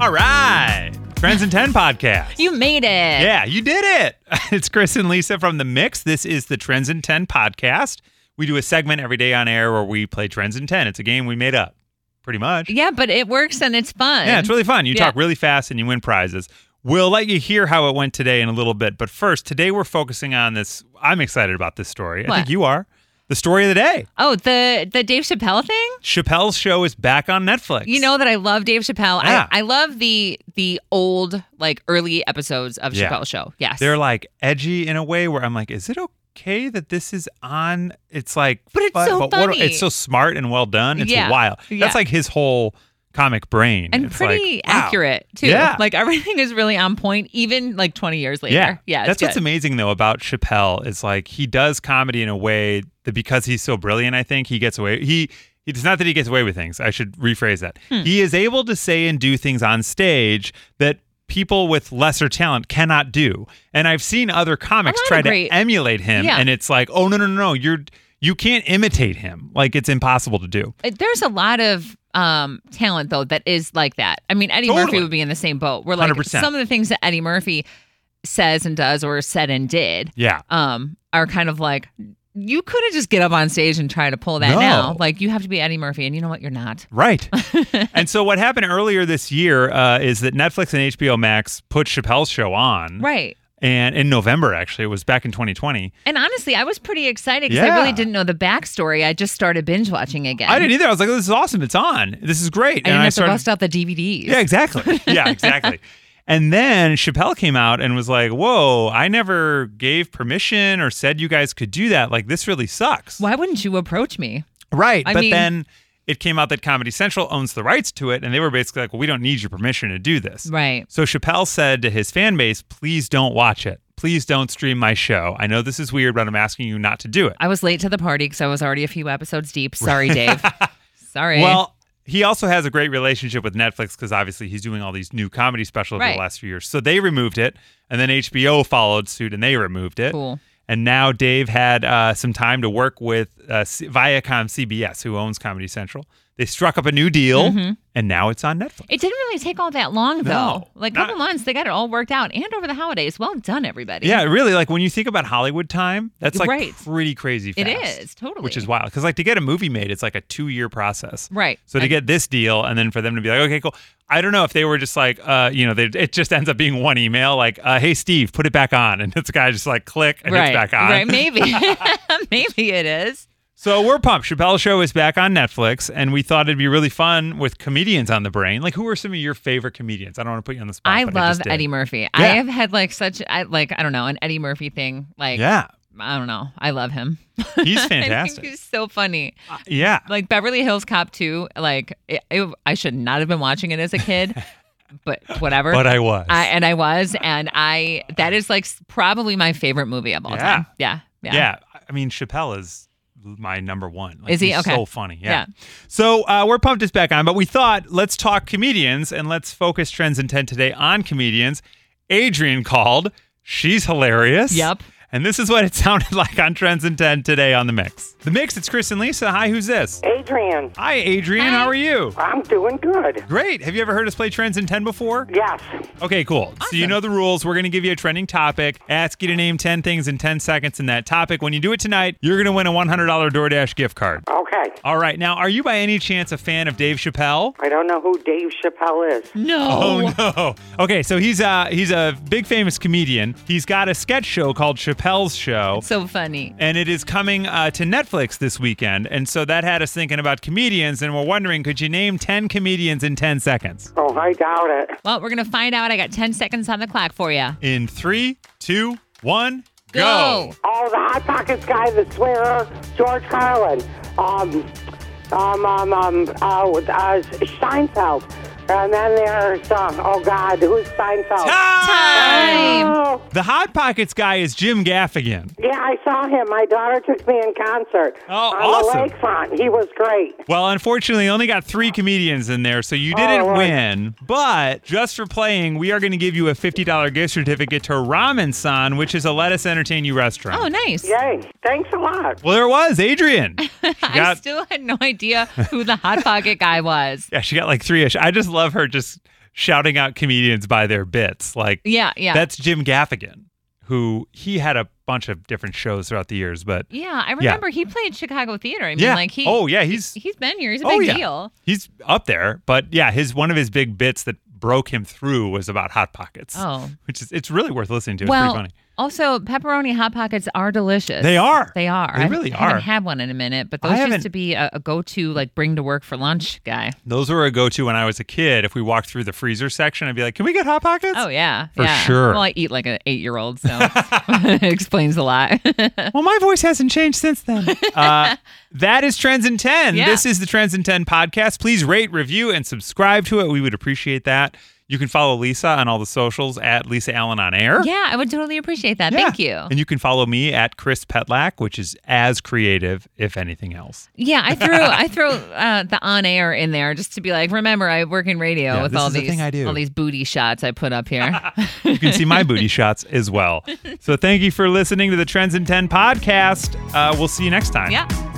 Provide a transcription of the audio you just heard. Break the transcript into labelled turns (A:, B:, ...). A: All right. Friends in 10 podcast.
B: You made it.
A: Yeah, you did it. It's Chris and Lisa from The Mix. This is the Trends in 10 podcast. We do a segment every day on air where we play Trends in 10. It's a game we made up, pretty much.
B: Yeah, but it works and it's fun.
A: Yeah, it's really fun. You
B: Yeah.
A: talk really fast and you win prizes. We'll let you hear how it went today in a little bit. But first, today we're focusing on this. I'm excited about this story. I
B: What?
A: think you are. The story of the day
B: Oh, the the Dave Chappelle thing?
A: Chappelle's show is back on Netflix.
B: You know that I love Dave Chappelle.
A: Yeah.
B: I, I love the the old like early episodes of
A: Yeah.
B: Chappelle's show. Yes.
A: they're like edgy in a way where I'm like, is it okay that this is on? It's like,
B: But it's so funny.
A: it's so smart and well done. It's
B: Yeah.
A: wild.
B: Yeah.
A: That's like his whole comic brain
B: and
A: It's like,
B: pretty
A: wow.
B: accurate too.
A: Yeah.
B: Like everything is really on point, even like twenty years later.
A: Yeah,
B: yeah.
A: That's
B: it's good.
A: what's amazing though about Chappelle is like he does comedy in a way that because he's so brilliant, I think he gets away. He it's not that he gets away with things. I should rephrase that.
B: Hmm.
A: He is able to say and do things on stage that people with lesser talent cannot do. And I've seen other comics
B: lot
A: try
B: of
A: to
B: great-
A: emulate him,
B: Yeah.
A: and it's like, oh no no no no, you're you can't imitate him. Like it's impossible to do.
B: Uh, There's a lot of um talent though that is like that. I mean, Eddie Murphy
A: Totally.
B: would be in the same boat. We're like
A: 100%.
B: some of the things that Eddie Murphy says and does or said and did
A: Yeah.
B: um are kind of like you couldn't just get up on stage and try to pull that
A: No.
B: now. Like you have to be Eddie Murphy and you know what? You're not.
A: Right. and so what happened earlier this year uh, is that Netflix and HBO Max put Chappelle's show on.
B: Right.
A: and in November actually it was back in 2020.
B: And honestly, I was pretty excited because I
A: Yeah.
B: really didn't know the backstory. I just started binge watching again.
A: I didn't either. I was like, "This is awesome! It's on. This is great!"
B: I didn't
A: and
B: have
A: I
B: to
A: started,
B: bust out the DVDs.
A: yeah, exactly, yeah, exactly. And then Chappelle came out and was like, "Whoa! I never gave permission or said you guys could do that. Like, this really sucks."
B: Why wouldn't you approach me?
A: Right.
B: I
A: but
B: mean-
A: then it came out that Comedy Central owns the rights to it, and they were basically like, "Well, we don't need your permission to do this."
B: Right.
A: So Chappelle said to his fan base, "Please don't watch it. Please don't stream my show. I know this is weird, but I'm asking you not to do it."
B: I was late to the party because I was already a few episodes deep. Sorry, Dave. Sorry.
A: Well, he also has a great relationship with Netflix because obviously he's doing all these new comedy specials over
B: Right.
A: the last few years. So they removed it, and then HBO followed suit and they removed it.
B: Cool.
A: And now Dave had uh, some time to work with uh, C- Viacom CBS, who owns Comedy Central. They struck up a new deal,
B: Mm-hmm.
A: and now it's on Netflix.
B: it didn't really take all that long, though.
A: No,
B: like a
A: not-
B: couple months, they got it all worked out. And over the holidays, well done, everybody.
A: Yeah, really. Like when you think about Hollywood time, that's like
B: Right.
A: pretty crazy.
B: It
A: Fast,
B: is, totally.
A: which is wild because like to get a movie made, it's like a two-year process.
B: Right.
A: So to
B: I-
A: get this deal and then for them to be like, okay, cool. I don't know if they were just like, uh, you know, they, it just ends up being one email like, uh, hey, Steve, put it back on. And this guy just like click and
B: right.
A: it's back on. Oh,
B: Right. Maybe. Maybe it is.
A: So we're pumped. Chappelle's show is back on Netflix and we thought it'd be really fun with comedians on the brain. Like who are some of your favorite comedians? I don't want to put you on the spot.
B: I
A: but
B: love
A: just did.
B: Eddie Murphy. I
A: Yeah.
B: have had like such, I, like, I don't know, an Eddie Murphy thing. Like,
A: Yeah.
B: I don't know. I love him.
A: He's
B: I think
A: fantastic. Uh,
B: he's so funny.
A: yeah.
B: Like Beverly Hills Cop 2, like it, it- I should not have been watching it as a kid, but whatever.
A: But I was.
B: I, and I was, and I that is like s- probably my favorite movie of all
A: Yeah.
B: time. Yeah, yeah,
A: yeah. I mean, Chappelle is my number one. Like,
B: Is he?
A: he's
B: Okay.
A: so funny. Yeah.
B: Yeah.
A: So uh, we're pumped it's back on, but we thought let's talk comedians and let's focus Trends in 10 today on comedians. Adrian called. She's hilarious.
B: Yep.
A: And this is what it sounded like on Trends in 10 today on The Mix. The Mix, it's Chris and Lisa. Hi, who's this?
C: Adrian,
A: Hi, Adrian.
B: Hi.
A: How are you?
C: I'm doing good.
A: Great. Have you ever heard us play Trends in 10 before?
C: Yes.
A: Okay, cool. So you know the rules. We're going to give you a trending topic, ask you to name 10 things in 10 seconds in that topic. When you do it tonight, you're going to win a $100 DoorDash gift card.
C: Okay.
A: All right. Now, are you by any chance a fan of Dave Chappelle?
C: I don't know who Dave Chappelle is.
B: No,
A: Oh no. Okay, so he's a he's a big famous comedian. He's got a sketch show called Chappelle's Show.
B: so funny.
A: And it is coming uh, to Netflix this weekend. And so that had us thinking about comedians, and we're wondering could you name 10 comedians in 10 seconds?
C: Oh, I doubt it.
B: Well, we're gonna find out. I got ten seconds on the clock for you.
A: In three, two, one,
B: Go.
C: Oh, the Hot Pockets guy, the swearer, George Carlin. Um, um, um, um, oh, uh, Seinfeld. And then there's, uh, oh God, who's Seinfeld?
B: Time.
C: Oh,
A: The Hot Pockets guy is Jim Gaffigan.
C: yeah, I saw him. My daughter took me in concert.
A: Oh,
C: on
A: awesome.
C: the lakefront. He was great.
A: Well, unfortunately, only got three comedians in there, so
B: Oh,
A: you didn't
C: All right.
A: win. But just for playing, we are going to give you a $50 gift certificate to Ramen San, which is a Let Us Entertain You restaurant.
B: Oh, nice.
C: Yay. Thanks a lot.
A: Well, there was Adrian. She
B: I
A: got-
B: still had no idea who the hot pocket guy was.
A: yeah, she got like three ish. I just love her just shouting out comedians by their bits. Like
B: Yeah, yeah.
A: that's Jim Gaffigan, who he had a bunch of different shows throughout the years, but
B: yeah, I remember he played Chicago theater. I mean,
A: yeah.
B: like he
A: oh yeah, he's
B: he's been here. He's a
A: Oh,
B: big
A: yeah.
B: deal.
A: he's up there. But yeah, his one of his big bits that broke him through was about hot pockets.
B: Oh.
A: Which is it's really worth listening to. It's
B: well,
A: pretty funny.
B: also pepperoni hot pockets are delicious.
A: They are.
B: They are.
A: They
B: I
A: really
B: haven't
A: are.
B: had one in a minute, but
A: I
B: those used
A: haven't-
B: to be a, a go-to like bring to work for lunch guy.
A: Those were a go to when I was a kid. If we walked through the freezer section, I'd be like, Can we get hot pockets?
B: Oh yeah,
A: For
B: yeah.
A: sure.
B: Well, I eat like an eight-year-old, so it explains a lot.
A: Well, my voice hasn't changed since then. Uh, that is Trends in 10.
B: Yeah.
A: This is the Trends in 10 podcast. Please rate, review, and subscribe to it. We would appreciate that. You can follow Lisa on all the socials at Lisa Allen on air.
B: yeah, I would totally appreciate that.
A: Yeah.
B: Thank you.
A: And you can follow me at Chris Petlak, which is as creative, if anything else.
B: Yeah, I threw I threw uh, the on air in there just to be like, remember, I work in radio
A: Yeah,
B: with
A: this
B: all
A: is the
B: these
A: thing I do.
B: all these booty shots I put up here.
A: You can see my booty shots as well. So thank you for listening to the Trends in 10 podcast. Uh, we'll see you next time.
B: yeah.